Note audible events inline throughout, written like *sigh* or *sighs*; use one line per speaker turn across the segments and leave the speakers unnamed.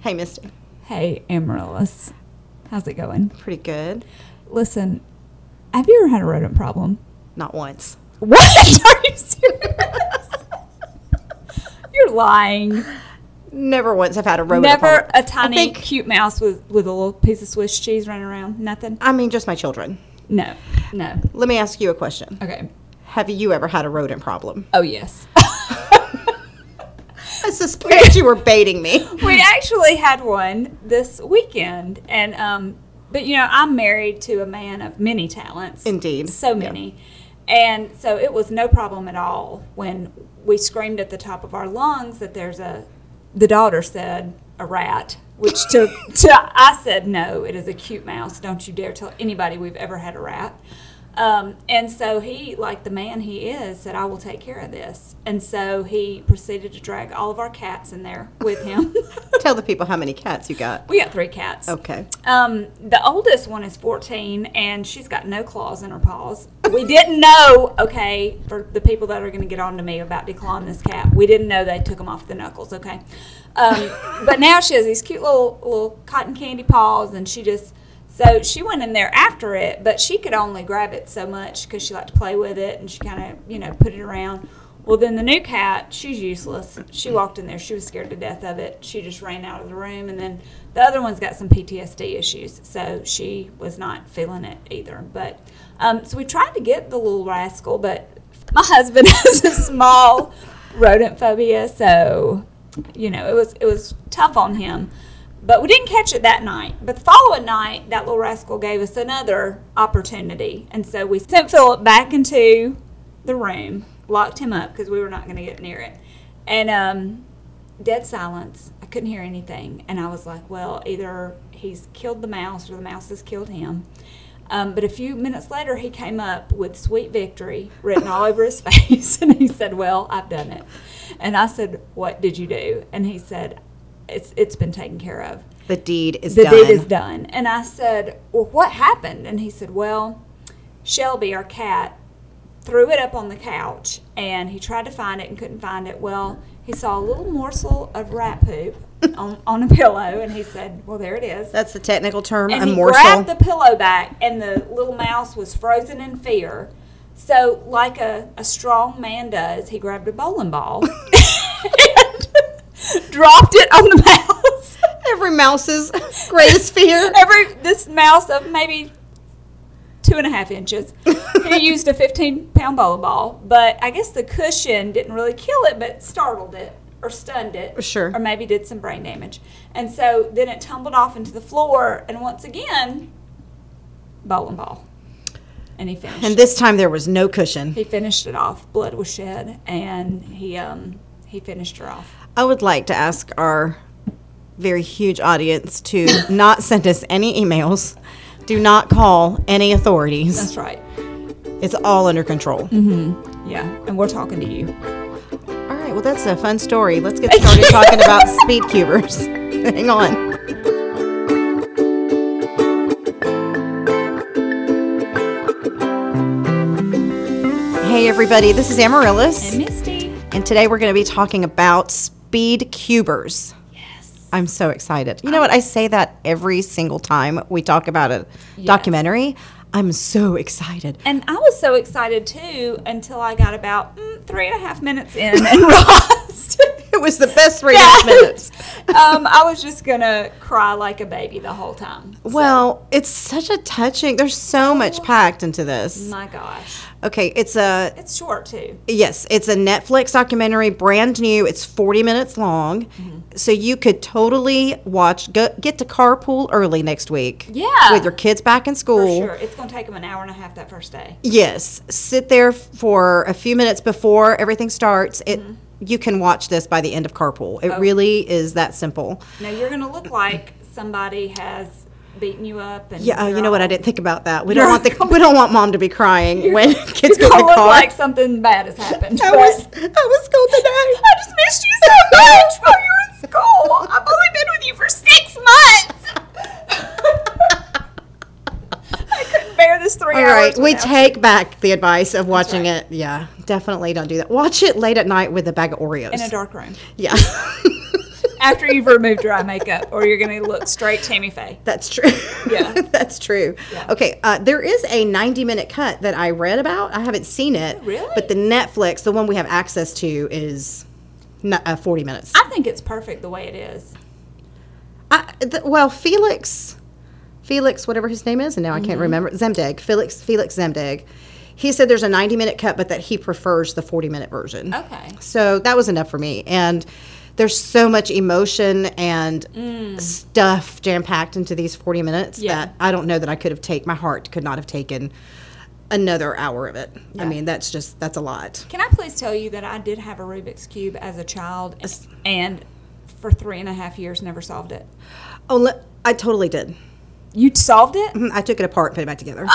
Hey, Misty.
Hey, Amaryllis. How's it going?
Pretty good.
Listen, have you ever had a rodent problem?
Not once.
What? *laughs* Are you serious? You're lying.
Never once have had a rodent.
Never
problem.
a tiny
I, think,
cute mouse with, with a little piece of Swiss cheese running around. Nothing.
I mean, just my children.
No. No.
Let me ask you a question.
Okay.
Have you ever had a rodent problem?
Oh yes. *laughs*
I suspect you were baiting
*laughs*
me.
we actually had one this weekend and um but you know i'm married to a man of many talents
Indeed.
so many and so it was no problem at all when we screamed at the top of our lungs that there's a the daughter said a rat which to, to i said no it is a cute mouse don't you dare tell anybody we've ever had a rat um, and so he, like the man he is, said, I will take care of this. And so he proceeded to drag all of our cats in there with him.
Tell the people how many cats you got.
we got three cats.
Okay.
Um, the oldest one is 14, and she's got no claws in her paws. We didn't know, okay, for the people that are going to get on to me about declawing this cat, we didn't know they took them off the knuckles, okay? Um, but now she has these cute little, little cotton candy paws, and she just, so she went in there after it, but she could only grab it so much because she liked to play with it, and she kind of, you know, put it around. Well, then the new cat, she's useless. She walked in there. She was scared to death of it. She just ran out of the room. And then the other one's got some PTSD issues. So she was not feeling it either. But um, so we tried to get the little rascal, but my *laughs* husband has a small rodent phobia. So, you know, it was, it was tough on him. But we didn't catch it that night. But the following night, that little rascal gave us another opportunity. And so we sent Philip back into the room, locked him up because we were not going to get near it. And um, dead silence. I couldn't hear anything. And I was like, well, either he's killed the mouse or the mouse has killed him. Um, but a few minutes later, he came up with sweet victory written all over his *laughs* face. And he said, well, I've done it. And I said, what did you do? And he said, it's, it's been taken care of
The deed is
the
done.
deed is done. And I said, Well, what happened? And he said, Well, Shelby, our cat, threw it up on the couch and he tried to find it and couldn't find it. Well, he saw a little morsel of rat poop on, on a pillow and he said, Well, there it is.
That's the technical term.
And
a
he
morsel.
grabbed the pillow back and the little mouse was frozen in fear. So, like a, a strong man does, he grabbed a bowling ball *laughs* and dropped it on the mouse.
Every mouse's *laughs* greatest fear.
*laughs* Every this mouse of maybe two and a half inches.
*laughs*
he used a fifteen pound bowling ball, but I guess the cushion didn't really kill it, but startled it or stunned it.
Sure.
Or maybe did some brain damage. And so then it tumbled off into the floor and once again bowling ball. And he finished
And this time there was no cushion.
he finished it off. Blood was shed and he um he finished her off.
I would like to ask our very huge audience to not send us any emails. Do not call any authorities.
That's right.
It's all under control.
Mm-hmm. Yeah. And we're talking to you.
All right, well, that's a fun story. Let's
*laughs*
get started talking about speed cubers. *laughs* Hang on. Hey, everybody, this is Amaryllis,
And Misty.
and today we're going to be talking about speed cubers.
Yes.
I'm so excited. You know what? I say that every single time we talk about a documentary. I'm so
*laughs*
excited. *laughs*
And I was so excited too until I got about mm, three and a half minutes in *laughs* and realized
It was the best three and a half minutes.
um, I was just gonna cry like a baby the whole time.
Well, it's such a touching. There's so
Oh.
much packed into this.
My gosh,
Okay, it's a
it's short too.
yes, it's a Netflix documentary, brand new. It's 40 minutes long,
Mm-hmm.
so you could totally watch. Go, get to carpool early next week.
Yeah.
with your kids back in
For
school.
sure, it's gonna take them an hour and a half that first day.
Yes, sit there f- for a few minutes before everything starts. It
Mm-hmm.
you can watch this by the end of carpool. It
Oh.
really is that simple.
Now you're gonna look like somebody has beaten you up and
Yeah, uh,
you're
you know what? I
all-
didn't think about that. We don't want the we don't want mom to be crying when *laughs* kids
*laughs* You're
get in
gonna
the
look
car.
like something bad has happened.
I
but-
was I was cold today.
I just missed you
*laughs*
so much while you were in school. I've only been with you for six months. I couldn't bear this three
All
hours.
right, we
without-
take back the advice of watching it. Yeah, definitely don't do that. Watch it late at night with a bag of Oreos.
in a dark room.
yeah.
after you've removed your eye makeup, or you're going to look straight Tammy Faye.
*laughs* That's true.
Yeah.
*laughs* That's true.
Yeah.
Okay. Uh, there is a 90 minute cut that I read about. I haven't seen it.
Really?
But the Netflix, the one we have access to, is not, uh, 40 minutes.
I think it's perfect the way it is.
I, th- well, Felix, Felix, whatever his name is, and now I can't remember, Zemdeg, Felix, Felix Zemdeg, he said there's a 90 minute cut, but that he prefers the 40 minute version.
Okay.
So that was enough for me. And there's so much emotion and stuff jam packed into these 40 minutes
Yeah.
that I don't know that I could have taken, my heart could not have taken another hour of it. I mean, that's just, that's a lot.
Can I please tell you that I did have a Rubik's Cube as a child and for three and a half years never solved it?
Oh, le- I totally did.
You solved it?
I took it apart and put it back together.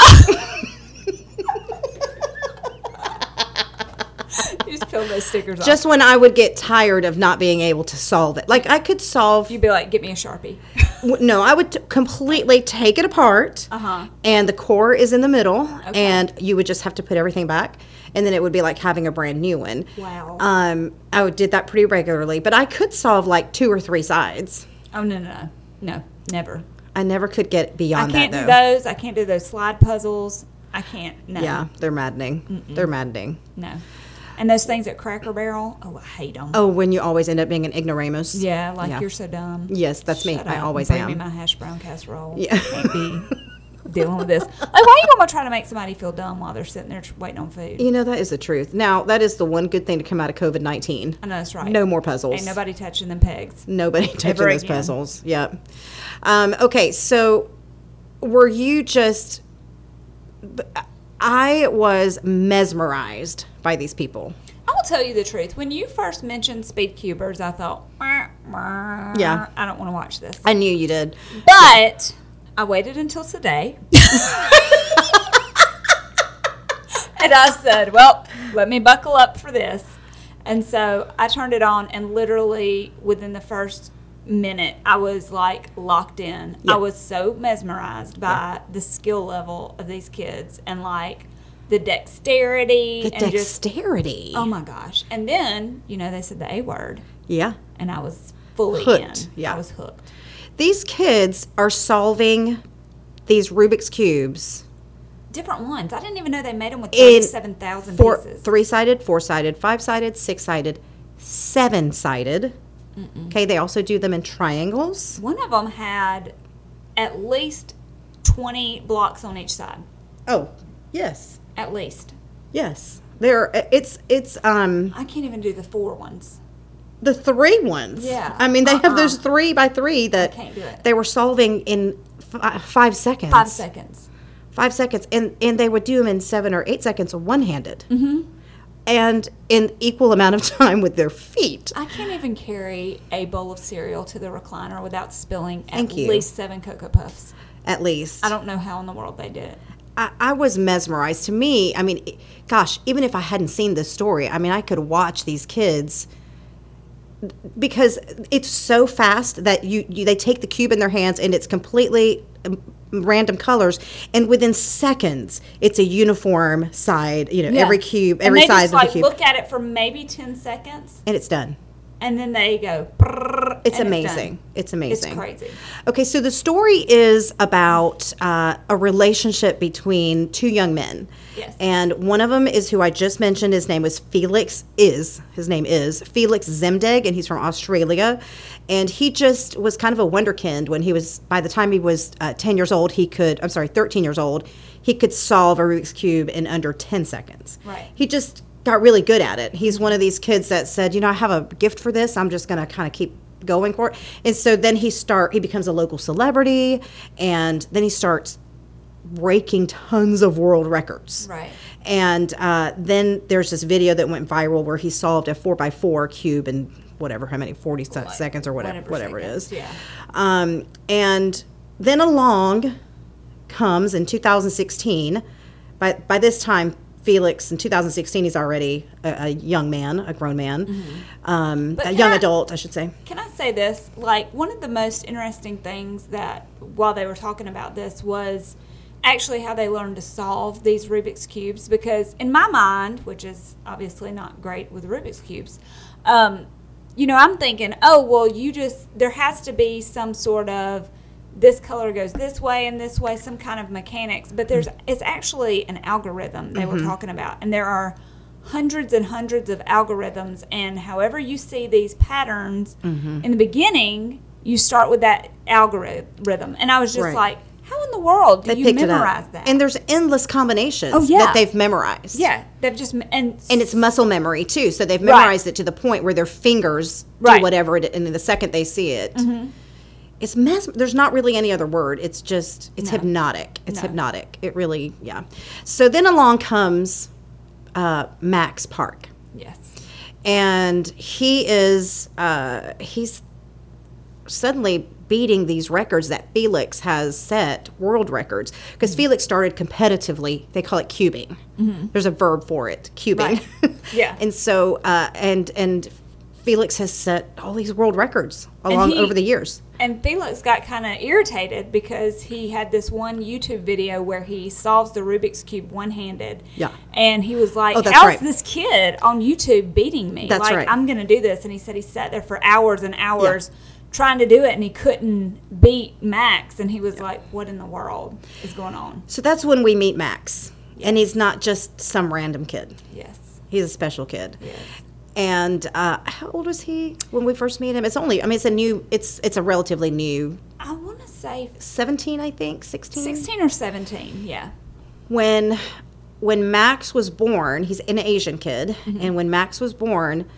you just peeled those stickers off.
Mm-hmm. just when I would get tired of not being able to solve it. Like I could solve.
You'd be like, get me a Sharpie.
w- No, I would t- completely take it apart,
Uh-huh.
and the core is in the middle,
Okay.
and you would just have to put everything back, and then it would be like having a brand new one.
Wow.
Um, I would- did that pretty regularly, but I could solve like two or three sides.
Oh, no, no, no. No, never.
I never could get
I
beyond
can't
that
do
though.
those. I can't do those slide puzzles. I can't. No.
Yeah, they're maddening. They're maddening.
No. And those things at Cracker Barrel, oh, I hate them.
Oh, when you always end up being an ignoramus.
Yeah, like
Yeah.
you're so dumb.
Yes, that's me.
Shut
I
up.
always
Bring
am.
me my hash brown casserole.
Yeah.
Can't be
*laughs*
dealing with this. Like, why are you gonna try to make somebody feel dumb while they're sitting there tr- waiting on food?
You know that is the truth. Now that is the one good thing to come out of COVID nineteen.
I know that's right.
No more puzzles.
Ain't nobody touching them pegs.
Nobody *laughs* touching
Ever
those
again.
puzzles. Yep. Um, okay, so were you just? I was mesmerized by these people.
I will tell you the truth. When you first mentioned speed cubers, I thought, "Wah, wah,
Yeah.
I don't want to watch this.
I knew you did.
But I waited
*laughs*
until today. and I said, well, let me buckle up for this. And so I turned it on, and literally within the first minute, I was like locked in.
Yeah.
I was so mesmerized by the skill level of these kids and like the dexterity
The
and just,
dexterity.
oh my gosh. And then, you know, they said the A word,
yeah.
and I was fully
Hooked,
in.
yeah.
I was hooked.
These kids are solving these Rubik's cubes
different ones. I didn't even know they made them with
In
thirty-seven thousand
four,
pieces.
three-sided, four-sided, five-sided, six-sided, seven-sided. Okay, they also do them in triangles.
One of them had at least twenty blocks on each side,
Oh, yes,
at least.
yes. They're it's it's um
I can't even do the four ones.
the three ones.
Yeah.
I mean, they have
Uh-uh.
those three by three that
can't do it.
they were solving in f- five seconds.
Five seconds.
Five seconds, and and they would do them in seven or eight seconds, one handed, mm-hmm. and in equal amount of *laughs* time with their feet.
I can't even carry a bowl of cereal to the recliner without spilling at
Thank you.
least seven cocoa puffs.
At least
I don't know how in the world they did it.
I, I was mesmerized. To me, I mean, i- gosh, even if I hadn't seen this story, I mean, I could watch these kids because it's so fast that you, you they take the cube in their hands and it's completely um, random colors and within seconds it's a uniform side you know every cube every
and they
size of
just, like,
the cube
Look at it for maybe ten seconds,
and it's done
and then they go. brrrr,
it's
and done.
amazing it's,
It's
amazing
crazy.
okay so the story is about uh, a relationship between two young men
Yes.
And one of them is who I just mentioned. His name was Felix. Is his name is Felix Zemdeg, and he's from Australia. And he just was kind of a wonderkind when he was. By the time he was uh, ten years old, he could. I'm sorry, thirteen years old, he could solve a Rubik's cube in under ten seconds.
Right.
He just got really good at it. He's one of these kids that said, you know, I have a gift for this. I'm just going to kind of keep going for it. And so then he start. He becomes a local celebrity, and then he starts breaking tons of world records.
Right.
And uh, then there's this video that went viral where he solved a four by four cube in whatever, how many, 40 se- seconds or whatever,
whatever
whatever,
seconds,
it is.
yeah.
Um, and then along comes in 2016. By, by this time, Felix in 2016, he's already a, a young man, a grown man, um,
Mm-hmm. But
a
can
young
I-
adult, I should say.
Can I say this? Like, one of the most interesting things that while they were talking about this was actually how they learned to solve these Rubik's Cubes. Because in my mind, which is obviously not great with Rubik's Cubes, um, you know, I'm thinking, oh, well, you just, there has to be some sort of, this color goes this way and this way, some kind of mechanics. But there's,
Mm-hmm.
it's actually an algorithm they were talking about. And there are hundreds and hundreds of algorithms. And however you see these patterns
Mm-hmm.
in the beginning, you start with that algorithm. And I was just
Right.
like, how in the world do
They
you
picked it
memorize
up.
that?
And there's endless combinations
Oh, yeah.
that they've memorized.
yeah, they've just, and,
And it's muscle memory too. So they've memorized it to the point where their fingers
Right. Mm-hmm.
do whatever it and then the second they see it. It's mes- there's not really any other word. It's just it's hypnotic. It's
No.
hypnotic. It really yeah. So then along comes uh, Max Park.
yes.
and he is uh, he's suddenly beating these records that Felix has set world records because
Mm-hmm.
Felix started competitively. They call it cubing. There's a verb for it, cubing. *laughs*
Yeah.
and so uh, and and Felix has set all these world records along
he-
over the years.
And Felix got kind of irritated because he had this one YouTube video where he solves the Rubik's Cube one handed.
Yeah.
And he was like,
Oh, that's
How's
right.
this kid on YouTube beating me?
That's
like,
right.
I'm going to do this. And he said he sat there for hours and hours trying to do it and he couldn't beat Max. And he was like, What in the world is going on?
So that's when we meet Max, and he's not just some random kid.
Yes.
He's a special kid.
Yes.
And uh, how old was he when we first meet him? It's only, I mean, it's a new, it's it's a relatively new,
I want to say
17, I think, 16.
16 or 17. Yeah.
When when Max was born, he's an Asian kid,
Mm-hmm.
and when Max was born,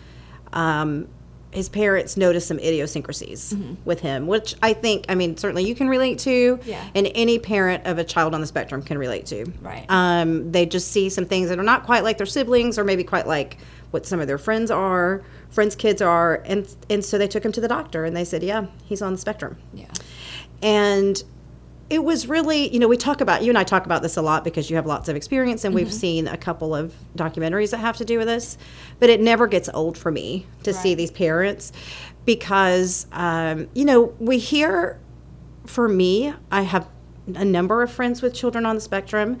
um, his parents noticed some idiosyncrasies
Mm-hmm.
with him, which I think, I mean, certainly you can relate to,
Yeah.
and any parent of a child on the spectrum can relate to.
Right.
Um, they just see some things that are not quite like their siblings, or maybe quite like what some of their friends are, friends' kids are, and and so they took him to the doctor, and they said, yeah, he's on the spectrum
Yeah.
and it was really you know we talk about you and i talk about this a lot because you have lots of experience and we've seen a couple of documentaries that have to do with this but it never gets old for me to see
Right.
these parents because um, you know we hear for me i have a number of friends with children on the spectrum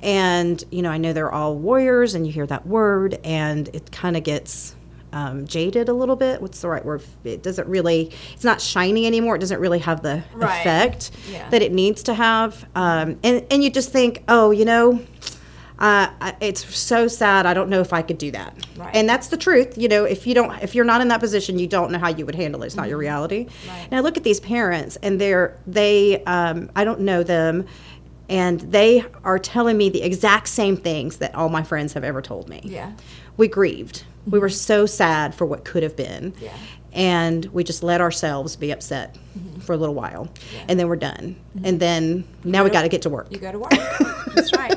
and you know i know they're all warriors and you hear that word and it kind of gets um, jaded a little bit what's the right word it doesn't really it's not shiny anymore it doesn't really have the
Right.
effect
Yeah.
that it needs to have. Um, and, and you just think, oh, you know, uh, I- it's so sad. I don't know if I could do that.
Right.
And that's the truth. You know, if you don't, if you're not in that position, you don't know how you would handle it. It's not your reality.
Mm-hmm. Right.
And I look at these parents and they're, they, um, I don't know them. And they are telling me the exact same things that all my friends have ever told me
Yeah.
we grieved. We were so sad for what could have been.
Mm-hmm. Yeah.
And we just let ourselves be upset
Mm-hmm.
for a little while. And then we're done. And then now we got to get to work.
You go to work. That's
*laughs*
right.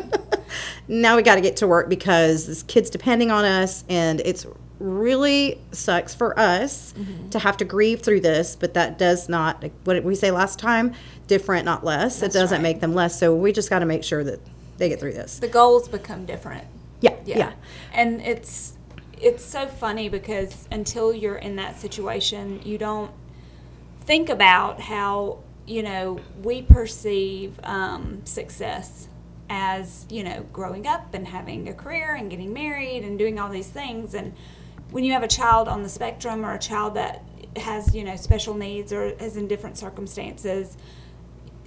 Now we got to get to work because this kid's depending on us and it's really sucks for us
Mm-hmm.
to have to grieve through this, but that does not like, what did we say last time, different not less.
That's
it doesn't
right.
make them less. So we just got to make sure that they get through this.
The goals become different.
Yeah.
yeah.
yeah.
and it's it's so funny because until you're in that situation you don't think about how you know we perceive um, success as you know growing up and having a career and getting married and doing all these things and when you have a child on the spectrum or a child that has you know special needs or is in different circumstances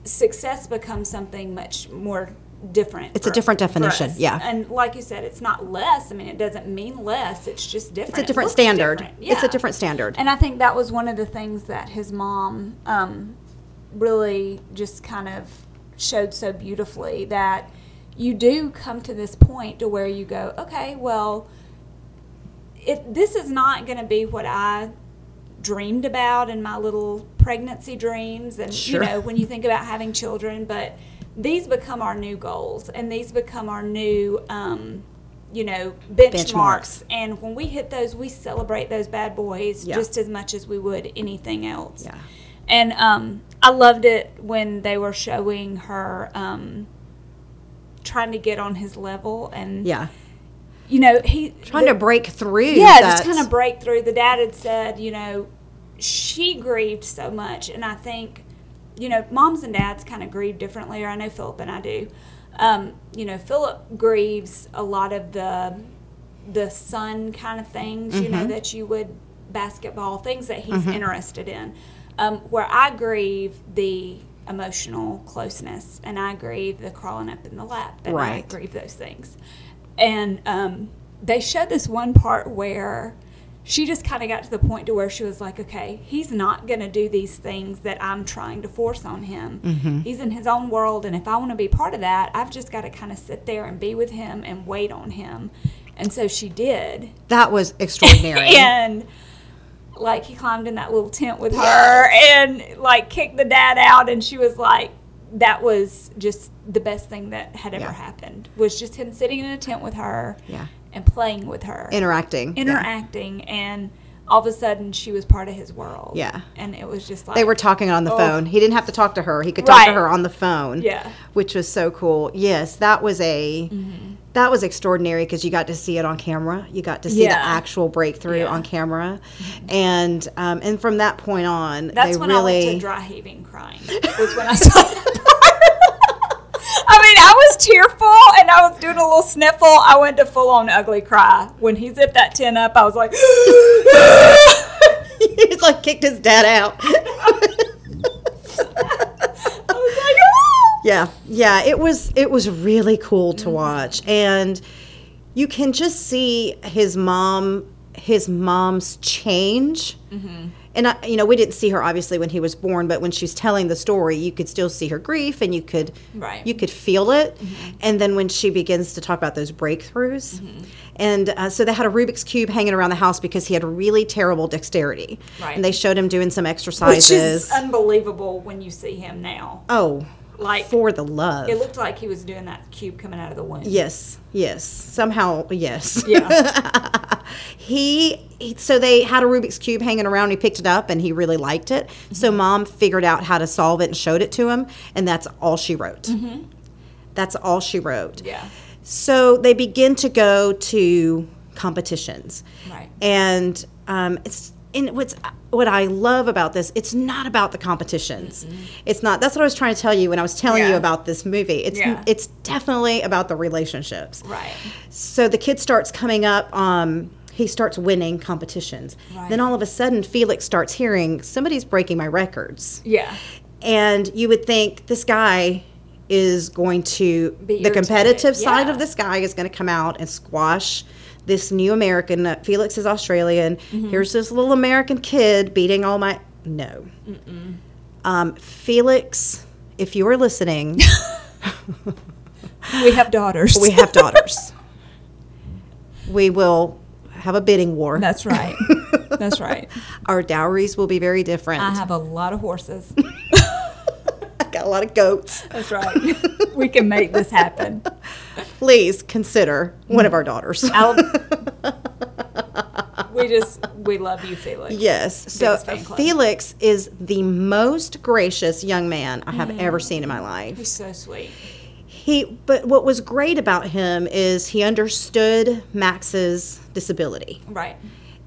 success becomes something much more different
It's a
for-
different
for
definition,
us.
yeah.
and like you said it's not less i mean it doesn't mean less it's just different
It's a
It
different
looks
standard.
different.
It's a
Yeah.
different standard.
And I think that was one of the things that his mom um, really just kind of showed so beautifully that you do come to this point to where you go, okay, well, it, this is not going to be what I dreamed about in my little pregnancy dreams and
Sure.
you know when you think about having children but these become our new goals and these become our new um, you know benchmarks.
Benchmarks.
and when we hit those we celebrate those bad boys
Yeah.
just as much as we would anything else
Yeah.
and um, i loved it when they were showing her um, trying to get on his level and
yeah.
you know he
Trying to break through.
yeah, just
that-
kind of break through. The dad had said, you know, she grieved so much, and I think, you know, moms and dads kind of grieve differently. Or I know Philip and I do. Um, you know, Philip
Mm-hmm.
grieves a lot of the the son kind of things, you know, that you would basketball, things that he's interested in. Um, where I grieve the emotional closeness, and I grieve the crawling up in the lap, and I
Right.
grieve those things. And um, they showed this one part where she just kind of got to the point to where she was like, okay, he's not going to do these things that I'm trying to force on him. He's in his own world, and if I want to be part of that, I've just got to kind of sit there and be with him and wait on him. And so she did.
That was
*laughs*
extraordinary.
And like he climbed in that little tent with her and like kicked the dad out and she was like that was just the best thing that had ever
Yeah.
happened was just him sitting in a tent with her
Yeah.
and playing with her
Interacting. yeah.
interacting and all of a sudden she was part of his world
Yeah.
and it was just like
They were talking on the
Oh.
phone. He didn't have to talk to her. He could talk to
Right.
her on the phone.
Yeah.
Which was so cool. Yes, that was a
Mm-hmm.
that was extraordinary because you got to see it on camera. You got to see the
Yeah.
actual breakthrough
Yeah.
on camera, and um, and from that point on,
That's
they
when I
really
went
*laughs*
to dry heaving crying. Was when I saw that part. *laughs* I mean, I was tearful and I was doing a little sniffle. I went to full on ugly cry when he zipped that tin up. I was like, *gasps*
he's like kicked his dad
*laughs*
out.
I was like, "Ah."
yeah yeah it was it was really cool
Mm.
to watch and you can just see his mom his mom's change
Mm-hmm.
and I, you know we didn't see her obviously when he was born but when she's telling the story you could still see her grief and you could
Right. Mm-hmm.
you could feel it and then when she begins to talk about those breakthroughs and uh, so they had a rubik's cube hanging around the house because he had really terrible dexterity
Right.
and they showed him doing some
which
exercises
is unbelievable when you see him now.
oh
Like-
for the love
It looked like he was doing that cube coming out of the womb.
Yes, yes. Somehow, yes.
Yeah.
*laughs* He, he- so they had a Rubik's cube hanging around. He picked it up and he really liked it.
Mm-hmm.
So mom figured out how to solve it and showed it to him, and that's all she wrote. That's all she wrote.
Mm-hmm. yeah.
So they begin to go to competitions,
Right.
and um, it's and what's what I love about this. It's not about the competitions. It's not. That's what I was trying to tell you when I was telling you
Yeah.
about this movie. It's
Yeah.
it's definitely about the relationships.
Right.
So the kid starts coming up. Um, he starts winning competitions.
Right.
Then all of a sudden, Felix starts hearing somebody's breaking my records,
Yeah.
and you would think this guy is going to
Be
the competitive
irritated,
side
yeah.
of this guy is going to come out and squash this new American. Uh, Felix is Australian.
Mm-hmm.
Here's this little American kid beating all my no. Um, Felix, if you are
*laughs*
listening.
We have daughters.
we have daughters. we will have a bidding war. *laughs*
That's right. That's right.
Our dowries will be very different.
I have a lot of horses.
*laughs* I got a lot of goats.
That's right. we can make this happen.
Please consider one of our daughters.
I'll, we just we love you, Felix.
Yes. So
Biggest fan club.
Felix is the most gracious young man I have ever seen in my life.
he's so sweet.
He but what was great about him is he understood Max's disability.
Right.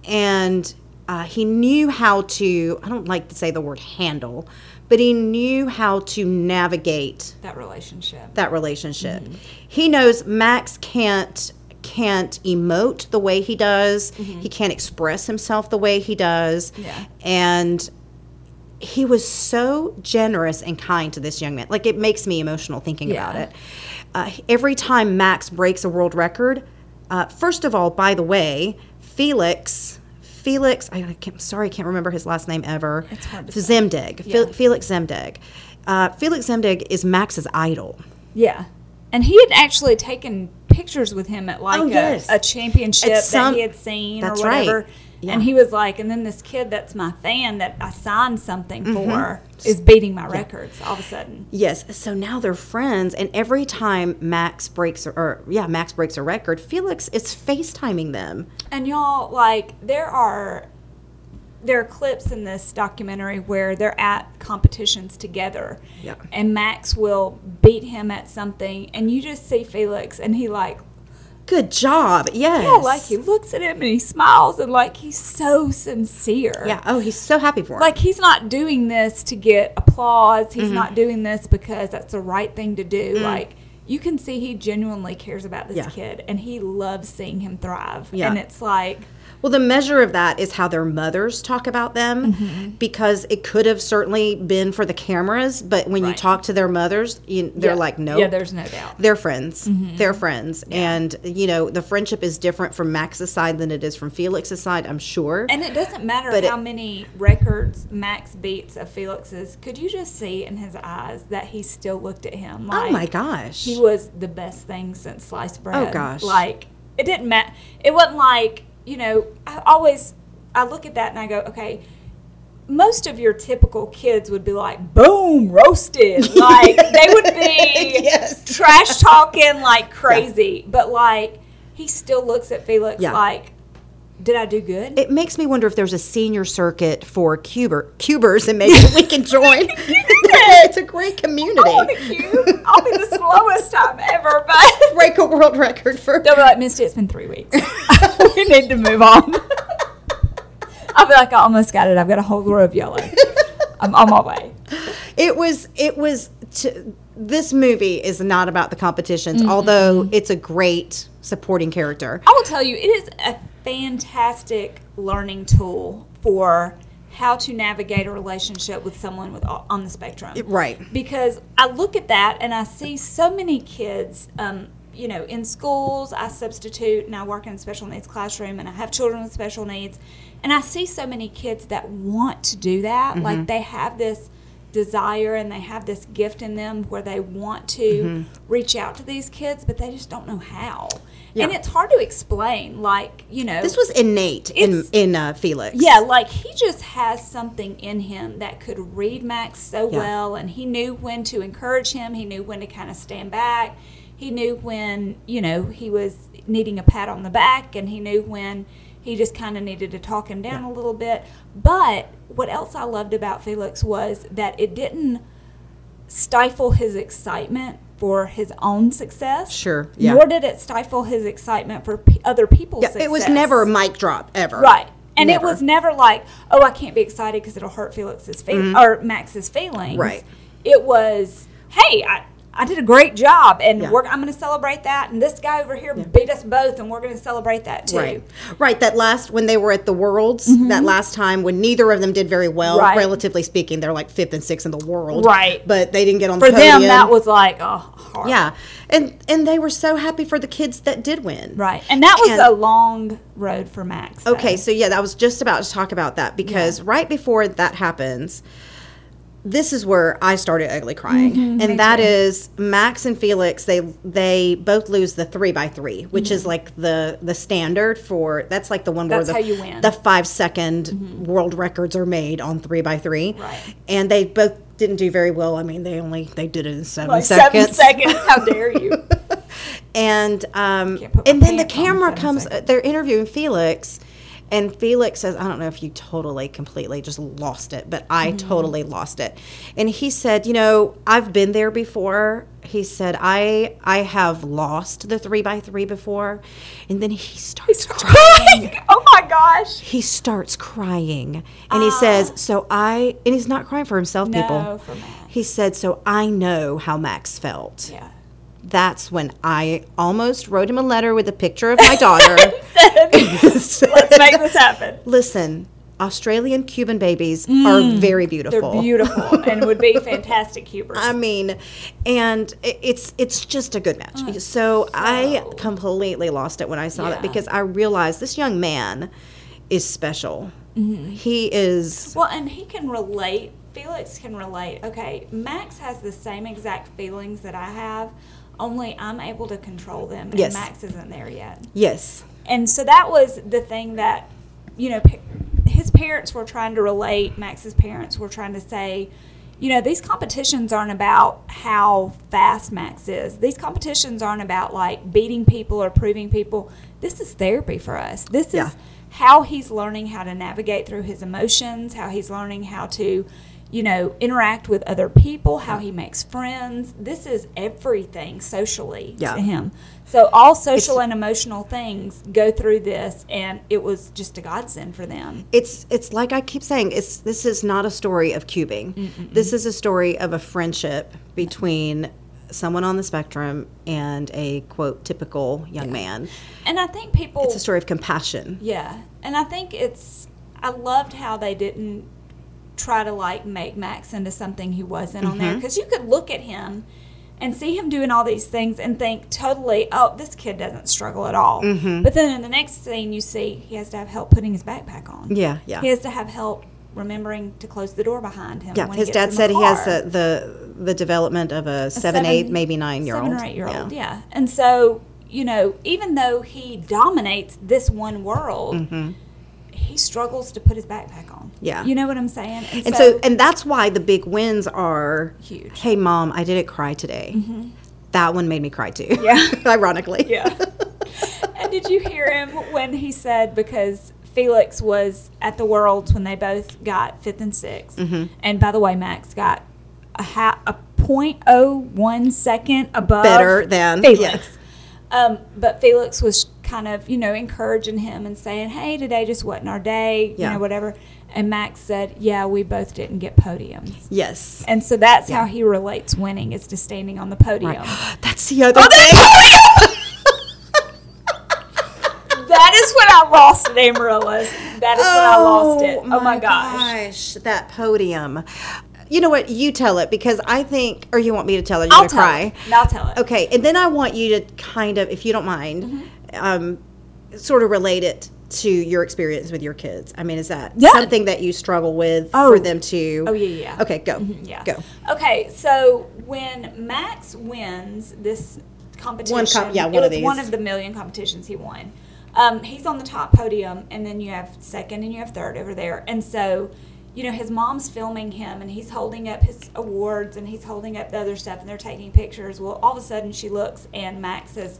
and uh, he knew how to i don't like to say the word handle but he knew how to navigate
That relationship.
that relationship he knows max can't can't emote the way he does he can't express himself the way he does
Mm-hmm. Yeah.
and he was so generous and kind to this young man like it makes me emotional thinking about
Yeah.
it uh, every time max breaks a world record uh, first of all by the way felix felix I, I can't, sorry i can't remember his last name ever
It's hard to say.
zemdeg Fe-
Yeah.
felix zemdeg uh, felix zemdeg is max's idol
Yeah. And he had actually taken pictures with him at like
Oh,
a,
yes.
a championship
At some-
that he had seen
That's
or
right.
whatever.
Yeah.
And he was like, and then this kid that's my fan that I signed something
Mm-hmm.
for is beating my records all of a sudden.
Yes. So now they're friends, and every time Max breaks or, or yeah, Max breaks a record, Felix is FaceTiming them.
And y'all, like, there are there are clips in this documentary where they're at competitions together.
Yeah.
And Max will beat him at something and you just see Felix and he like
Good job. Yes.
oh, like he looks at him and he smiles and like he's so sincere.
Yeah. Oh, he's so happy for him.
Like he's not doing this to get applause.
Mm-hmm.
He's not doing this because that's the right thing to do. Like you can see he genuinely cares about this
Mm. Yeah.
kid and he loves seeing him thrive.
Yeah.
And it's like
Well, the measure of that is how their mothers talk about them
Mm-hmm.
because it could have certainly been for the cameras, but when you
Right.
talk to their mothers, you, they're
Yeah.
like, no.
Yeah, Mm-hmm. there's no doubt.
they're friends. They're friends. And, you know, the friendship is different from Max's side than it is from Felix's side, I'm sure.
And it doesn't matter
But it-
how many records Max beats of Felix's. Could you just see in his eyes that he still looked at him like,
oh my gosh.
he was the best thing since sliced bread.
Oh, gosh.
Like it didn't matter. It wasn't like you know. I always I look at that and I go, okay. Most of your typical kids would be like, boom,
*laughs*
roasted. Like they would be
Yes.
trash talking like crazy. But like he still looks at Felix
Yeah.
like, did I do good?
it makes me wonder if there's a senior circuit for cuber cubers and maybe we can
*laughs*
join *laughs* it's a great
I want to
community
cube. I'll be the slowest time ever, *laughs* but
break a world record for
They were like, Misty, it's been three weeks. *laughs* we need to move on. *laughs* I'll be like, I almost got it. I've got a whole row of yellow. I'm on my way.
it was it was to, this movie is not about the competitions although it's a great supporting character
I will tell you, it is a fantastic learning tool for how to navigate a relationship with someone with au- on the spectrum.
right
because I look at that and I see so many kids. Um, you know, in schools, I substitute and I work in a special needs classroom, and I have children with special needs, and I see so many kids that want to do that.
Mm-hmm.
Like they have this desire and they have this gift in them where they want to
Mm-hmm.
reach out to these kids, but they just don't know how. And
Yeah.
it's hard to explain. Like you know,
this was innate in
It's-
in uh, felix
yeah, like he just has something in him that could read Max so
Yeah.
well, and he knew when to encourage him. He knew when to kind of stand back. He knew when you know he was needing a pat on the back, and he knew when he just kind of needed to talk him down a little bit. But what else I loved about Felix was that it didn't stifle his excitement for his own success.
Sure, yeah.
Nor did it stifle his excitement for p- other people's
Yeah,
success.
it was never a mic drop ever
Right. And
Never.
it was never like, oh, I can't be excited because it'll hurt Felix's feelings or Max's feelings.
Mm-hmm. Right.
It was, hey, I, I did a great job and
Yeah.
we're, I'm going to celebrate that. And this guy over here beat us both and we're going to celebrate that too.
Right. Right. That last, when they were at the Worlds, that last time when neither of them did very well,
Mm-hmm. Right.
relatively speaking, they're like fifth and sixth in the world.
Right.
But they didn't get on
For
the podium.
them, that was like, oh, hard.
Yeah. And and they were so happy for the kids that did win.
Right. And that was
And-
a long road for Max. though.
Okay, so yeah, I was just about to talk about that because right before that happens, this is where I started ugly crying,
Mm-hmm,
and that is Max and Felix. They they both lose the three by three, which is like the the standard for that's like the one
Mm-hmm. That's
where
how
the,
you win. Mm-hmm.
the five second world records are made on three by three,
Right.
and they both didn't do very well. I mean, they only they did it in seven
Like
seconds
seven seconds. How dare
*laughs*
you?
and um,
Can't put my
and then the
pants on in
camera
seven
comes.
seconds.
They're interviewing Felix, and Felix says, "I don't know if you totally, completely just lost it, but
Mm-hmm.
I totally lost it." And he said, "You know, I've been there before." He said, "I I have lost the three by three before," and then he starts crying *laughs*
oh my gosh.
he starts crying and he says so i and he's not crying for himself people
Ah. No, for Max.
he said so i know how max felt
Yeah.
that's when i almost wrote him a letter with a picture of my
*laughs*
daughter *laughs*
Let's make this happen.
listen australian cuban babies are very beautiful
Hmm, They're beautiful and would
*laughs*
be fantastic cubers.
I mean, and i- it's it's just a good match. so I
Oh, so-
completely lost it when I saw that
Yeah.
because I realized this young man is special.
Mm-hmm.
He is
Well, and he can relate. Felix can relate. Okay, Max has the same exact feelings that I have, only I'm able to control them, and
Yes.
Max isn't there yet.
yes.
And so that was the thing that, you know, pa- his parents were trying to relate. Max's parents were trying to say, you know, these competitions aren't about how fast Max is. These competitions aren't about like beating people or proving people. This is therapy for us. This is
Yeah.
how he's learning how to navigate through his emotions, how he's learning how to, you know, interact with other people, how he makes friends. This is everything socially
Yeah.
to him. So all social and emotional things go through this, and it was just a godsend for them.
it's it's like I keep saying it's this is not a story of cubing. This is a story of a friendship between someone on the spectrum and a quote typical young man.
And I think people.
It's a story of compassion.
Yeah, and I think it's. I loved how they didn't try to like make Max into something he wasn't on
Mm-hmm.
there because you could look at him and see him doing all these things and think totally, oh, this kid doesn't struggle at all.
Mm-hmm.
But then in the next scene, you see he has to have help putting his backpack on.
Yeah, yeah.
He has to have help remembering to close the door behind him.
yeah,
when he
his
gets in
dad
the
said he has
car.
the, the the development of a seven,
seven-
eight, maybe nine year old.
Seven or eight year old, yeah. And so, you know, even though he dominates this one world, he struggles to put his backpack on.
Mm-hmm. Yeah.
You know what I'm saying?
And so, and that's why the big wins are
Huge. Mm-hmm.
Hey, mom, I didn't cry today. That one made me cry too.
Yeah.
*laughs* ironically.
*laughs* yeah. and did you hear him when he said, because Felix was at the Worlds when they both got fifth and 6th
Mm-hmm.
And by the way, Max got a, ha- a 0.01 second above
Better than-
Felix.
yeah.
Um, but Felix was kind of, you know, encouraging him and saying, hey, today just wasn't our day,
Yeah.
you know, whatever. And Max said, yeah, we both didn't get podiums.
Yes. *gasps*
And so that's how he relates winning is to standing on the podium.
That's the
Oh,
other thing.
*laughs* That is when I lost it, Amarillas. That is when I lost it. Oh my
gosh,
gosh.
that podium. You know what? You tell it because I think, or you want me to tell it? You're
I'll
gonna
tell
cry.
it. I'll tell it.
Okay, and then I want you to kind of, if you don't mind,
Mm-hmm.
um, sort of relate it to your experience with your kids. I mean, is that
Yeah.
something that you struggle with for them to?
Oh, yeah, yeah, yeah.
Okay, go.
Yeah.
Go.
Okay, so when Max wins this competition,
yeah,
it
one of
was one
these.
of the million competitions he won. Um, he's on the top podium, and then you have second and you have third over there. And so, you know, his mom's filming him, and he's holding up his awards, and he's holding up the other stuff, and they're taking pictures. Well, all of a sudden, she looks, and Max says,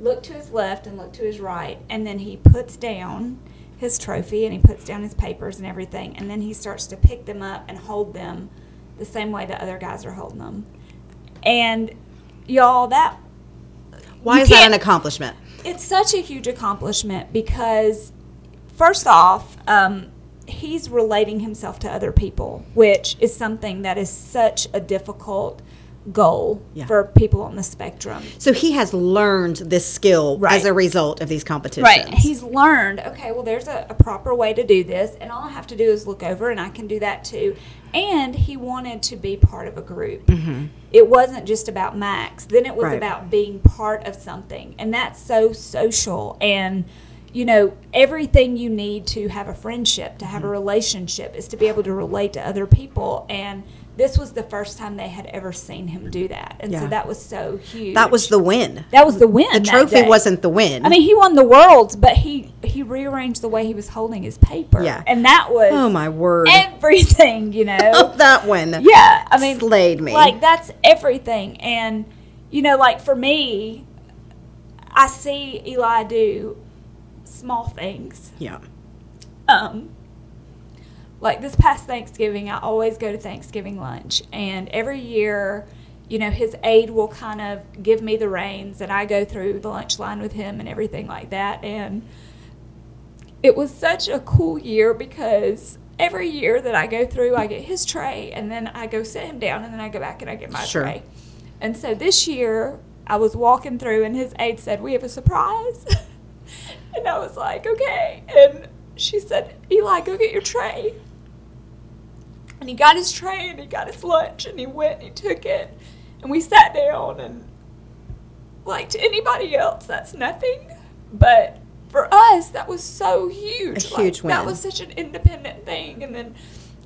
"Look to his left and look to his right," and then he puts down his trophy and he puts down his papers and everything, and then he starts to pick them up and hold them the same way the other guys are holding them. And y'all, that
Why
You
is that an
can't-
accomplishment?
it's such a huge accomplishment because, first off, um, he's relating himself to other people, which is something that is such a difficult goal
Yeah.
for people on the spectrum.
So he has learned this skill as
Right.
a result of these competitions.
Right. He's learned, okay, well, there's a, a proper way to do this, and all I have to do is look over, and I can do that too. And he wanted to be part of a group. It wasn't just about Max, then it
Mm-hmm.
was
Right.
about being part of something. And that's so social. And, you know, everything you need to have a friendship, to have
Mm-hmm.
a relationship, is to be able to relate to other people. And this was the first time they had ever seen him do that. And
Yeah.
so that was so huge.
That was the win.
That was the win.
The
that
trophy
day.
wasn't the win.
I mean, he won the worlds, but he he rearranged the way he was holding his paper.
Yeah.
and that was
oh my word.
everything. You know.
*laughs* that one.
yeah, I mean,
Slayed me.
Like that's everything, and you know, like for me, I see Eli do small things.
Yeah.
Um, like this past Thanksgiving, I always go to Thanksgiving lunch, and every year, you know, his aide will kind of give me the reins, and I go through the lunch line with him and everything like that. And it was such a cool year because every year that I go through, I get his tray, and then I go sit him down, and then I go back and I get my
Sure.
tray. And so this year, I was walking through, and his aide said, "We have a surprise." *laughs* and I was like, "Okay." And she said, "Eli, go get your tray." And he got his tray and he got his lunch and he went and he took it. And we sat down and like to anybody else that's nothing. But for us that was so huge.
A
Like,
huge win.
That was such an independent thing. And then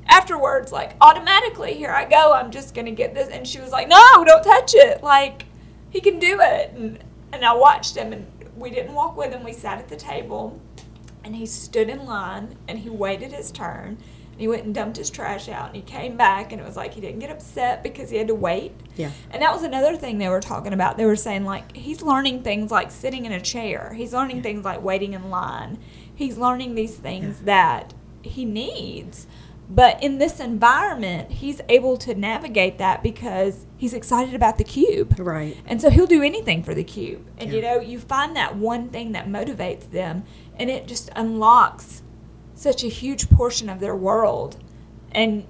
afterwards, like automatically, here I go, I'm just gonna get this and she was like, No, don't touch it. Like he can do it and and I watched him and we didn't walk with him, we sat at the table and he stood in line and he waited his turn and he went and dumped his trash out and he came back and it was like he didn't get upset because he had to wait
Yeah.
and that was another thing they were talking about they were saying like he's learning things like sitting in a chair he's learning things like waiting in line he's learning these things that he needs but in this environment he's able to navigate that because he's excited about the cube
Right.
and so he'll do anything for the cube. And you know, you find that one thing that motivates them and it just unlocks such a huge portion of their world. And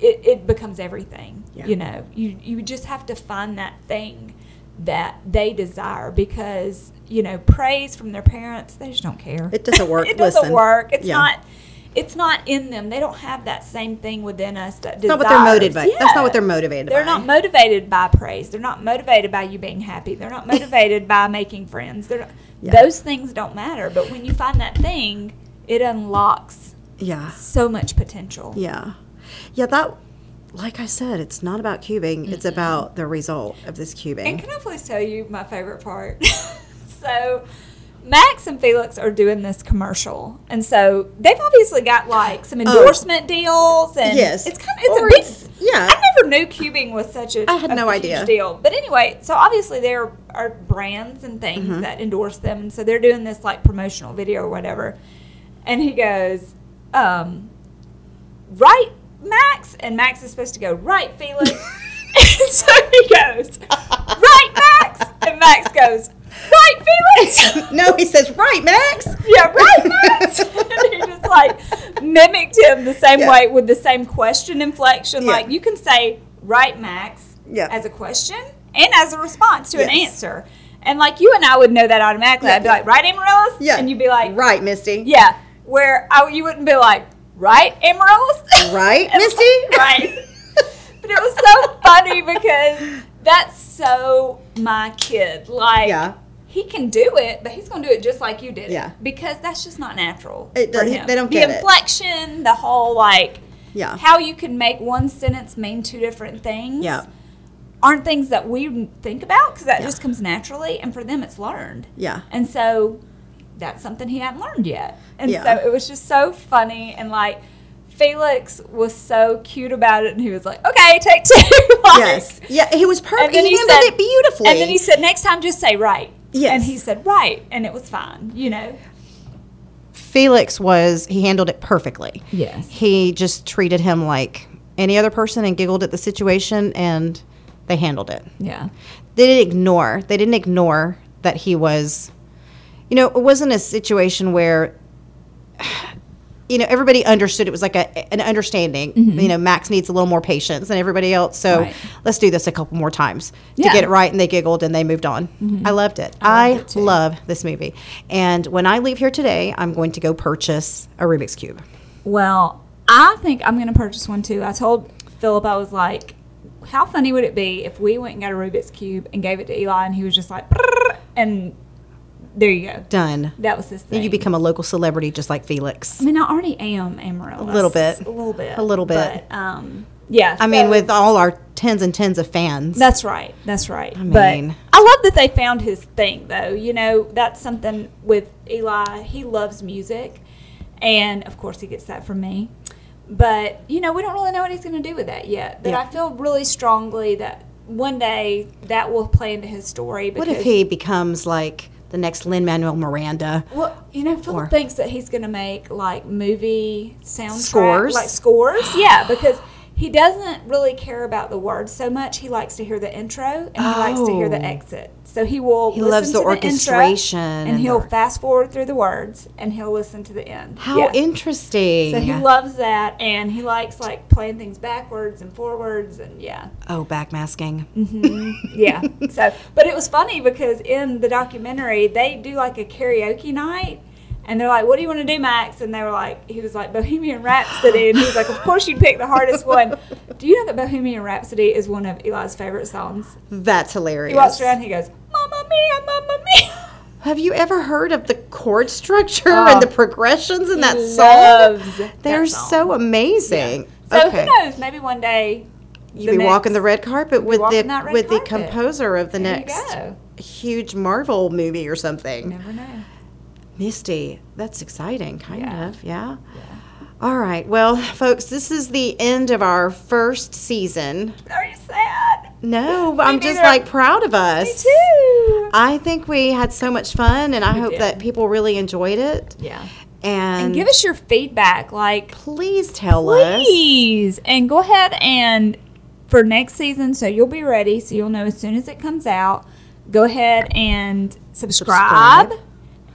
it, it becomes everything.
Yeah.
You know, you you just have to find that thing that they desire because you know praise from their parents they just don't care.
It doesn't work.
*laughs* it doesn't
Listen.
work. It's
Yeah.
not. It's not in them. They don't have that same thing within us that
That's not what they're motivated by.
desires-
That's not what
Yeah.
they're motivated
They're
by.
not motivated by praise. They're not motivated by you being happy. They're not motivated by making friends. They're not,
Yeah.
Those things don't matter. But when you find that thing, it unlocks
yeah.
so much potential.
Yeah. Yeah, that like I said, it's not about cubing, it's about the result of this
And
cubing.
can I please tell you my favorite part? *laughs* so, Max and Felix are doing this commercial, and so they've obviously got like some endorsement deals, and
Oh. Yes.
it's kind of it's
Or
a big.
it's- yeah.
I never knew cubing was such a
I had
a
no
huge
idea.
deal. But anyway, so obviously there are brands and things
Mm-hmm.
that endorse them, and so they're doing this like promotional video or whatever, and he goes, um, "Right, Max," and Max is supposed to go, "Right,
*laughs*
Felix." and so he goes, "Right, Max," and Max goes, "Right,
*laughs*
Felix."
no, he says, right, Max.
yeah, right, *laughs* Max. and he just like mimicked him the same
Yeah.
way with the same question inflection.
Yeah.
Like you can say, "Right, Max,"
Yeah.
as a question and as a response to an
Yes.
answer. And like you and I would know that automatically.
Yeah,
I'd be
yeah.
like, "Right, Amaryllis,"
Yeah.
and you'd be like,
Right, Misty.
yeah, where I, you wouldn't be like, right, Amaryllis?
Right,
*laughs* And-
Misty? *laughs*
right. But it was so funny because that's so my kid. Like,
Yeah.
he can do it, but he's going to do it just like you did. it.
Yeah.
Because that's just not natural.
It
for
doesn't-
him.
they don't
the
get it. Uh-huh.
inflection, the whole like,
Yeah.
how you can make one sentence mean two different things
Yeah.
aren't things that we think about because that
Yeah.
just comes naturally. And for them, it's learned.
Yeah.
And so that's something he hadn't learned yet. And
Yeah.
so it was just so funny. And like Felix was so cute about it. And he was like, okay, take two. *laughs* like,
Yes. Yeah, he was perfect.
And then
he
he
handled
said-
it beautifully.
And then he said, next time, just say right.
Yes.
And he said, right. And it was fine, you know?
Felix was he handled it perfectly.
Yes.
He just treated him like any other person and giggled at the situation and they handled it.
Yeah.
they didn't ignore they didn't ignore that he was you know it wasn't a situation where *sighs* you know everybody understood it was like a, an understanding you know max needs a little more patience than everybody else so
Mm-hmm. Right.
let's do this a couple more times to
Yeah. Mm-hmm.
get it right and they giggled and they moved on i loved it i,
loved it too.
love this movie and when i leave here today i'm going to go purchase a rubik's cube
Well, I think I'm going to purchase one too. I told Philip, I was like, how funny would it be if we went and got a Rubik's Cube and gave it to Eli and he was just like, "Brrr," and there you go.
done
That was his thing.
then you become a local celebrity just like felix
I mean, I already am
A
Amarillo.
little bit.
A little bit.
A little bit.
But, um, yeah.
i mean
so-
with all our tens and tens of fans
That's right. That's right. I
mean-
but I love that they found his thing, though. You know, that's something with Eli. He loves music, and of course, he gets that from me. But you know, we don't really know what he's going to do with that yet. But
Yeah.
I feel really strongly that one day that will play into his story.
What
Because,
if he becomes like the next Lin Manuel Miranda?
Well, you know, Philip
Or-
thinks that he's going to make like movie soundtrack,
Scores? *gasps*
like scores. Yeah, because he doesn't really care about the words so much. He likes to hear the intro and he likes to hear the
Oh.
exit. So he will.
He
listen
loves the
to intro,
orchestration
and,
and
he'll
the-
fast forward through the words, and he'll listen to the end.
How
Yeah.
interesting.
So he loves that, and he likes like playing things backwards and forwards, and yeah,
oh, backmasking.
Mm-hmm. yeah. so, but it was funny because in the documentary they do like a karaoke night, and they're like, "What do you want to do, Max?" And they were like, "He was like Bohemian Rhapsody," and he was like, "Of course you pick the hardest one." *laughs* Do you know that Bohemian Rhapsody is one of Eli's favorite songs?
That's hilarious.
He walks around, he goes, "Mamma mia, mamma mia."
Have you ever heard of the chord structure
Oh.
and the progressions in that song?
Loves that
They're
song.
so amazing.
So
okay.
who knows? Maybe one day
You'll be walking the
next-
red carpet with the
walking that red
with the
carpet.
composer of the
There you
next
go.
huge Marvel movie or something.
Never know.
Misty, that's exciting, kind
Yeah.
of, yeah.
Yeah.
All right, well, folks, this is the end of our first season.
Are you sad?
No, but I'm just
neither.
like proud of
Me
us.
too.
I think we had so much fun, and I hope
did.
that people really enjoyed it.
Yeah.
And,
Give us your feedback, like
please tell us.
please and go ahead and for next season so you'll be ready so you'll know as soon as it comes out go ahead and subscribe,
Subscribe.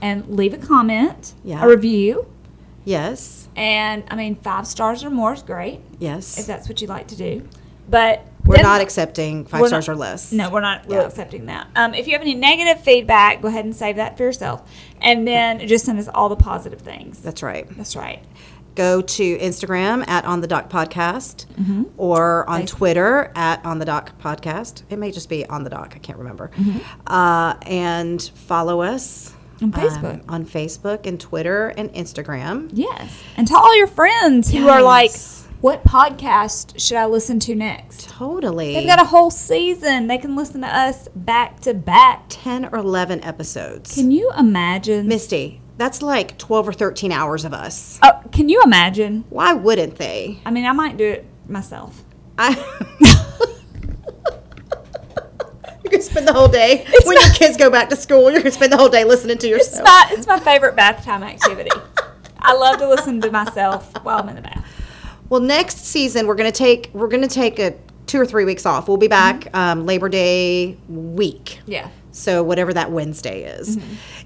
and leave a comment
Yeah.
a review
Yes.
And I mean, five stars or more is great if
Yes.
that's what you like to do. But
We're
then-
not accepting five
we're
stars
not-
or less.
No, we're not we're
Yeah.
accepting that. Um, if you have any negative feedback, go ahead and save that for yourself, and then just send us all the positive things.
That's right.
That's right.
Go to Instagram at On the Dock Podcast
Mm-hmm.
or on Twitter at On the Dock Podcast. It may just be On the Dock. I can't remember. Uh, and follow us
Mm-hmm. On
um,
Facebook.
on Facebook and Twitter and Instagram.
Yes. And tell all your friends who are like,
Yes.
what podcast should I listen to next?
Totally.
They've got a whole season. They can listen to us back to back.
10 or 11 episodes.
Can you imagine?
Misty, that's like 12 or 13 hours of us.
oh, can you imagine?
Why wouldn't they?
I mean, I might do it myself.
I. *laughs* You're gonna spend the whole day when your kids go back to school. You're gonna spend the whole day listening to
It's
yourself.
my it's my favorite bath time activity. *laughs* I love to listen to myself while I'm in the bath.
Well, next season we're gonna take we're gonna take a two or three weeks off. We'll be back um, Labor Day week.
Yeah.
So whatever that Wednesday is,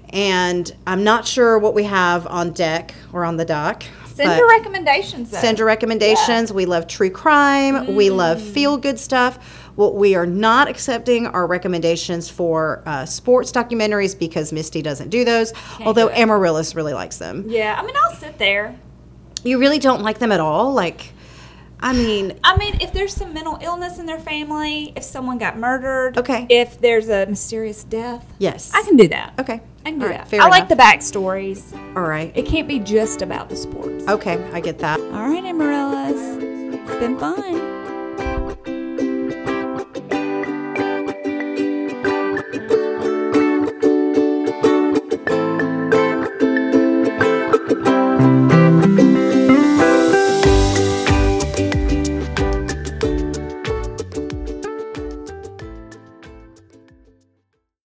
and I'm not sure what we have on deck or on the dock.
Send
but-
your recommendations. Though.
Send your recommendations. We love true crime. We love
Mm.
feel good stuff. What we are not accepting are recommendations for uh, sports documentaries because Misty doesn't do those. although
do it.
Amaryllis really likes them.
yeah. I mean, I'll sit there.
You really don't like them at all. Like, I mean,
I mean, if there's some mental illness in their family, if someone got murdered,
Okay.
if there's a mysterious death,
yes.
I can do that.
okay.
I can do
All right,
that.
fair
I like
enough.
the backstories.
All right.
It can't be just about the sports.
Okay, I get that.
All right, Amarellas. It's been fun.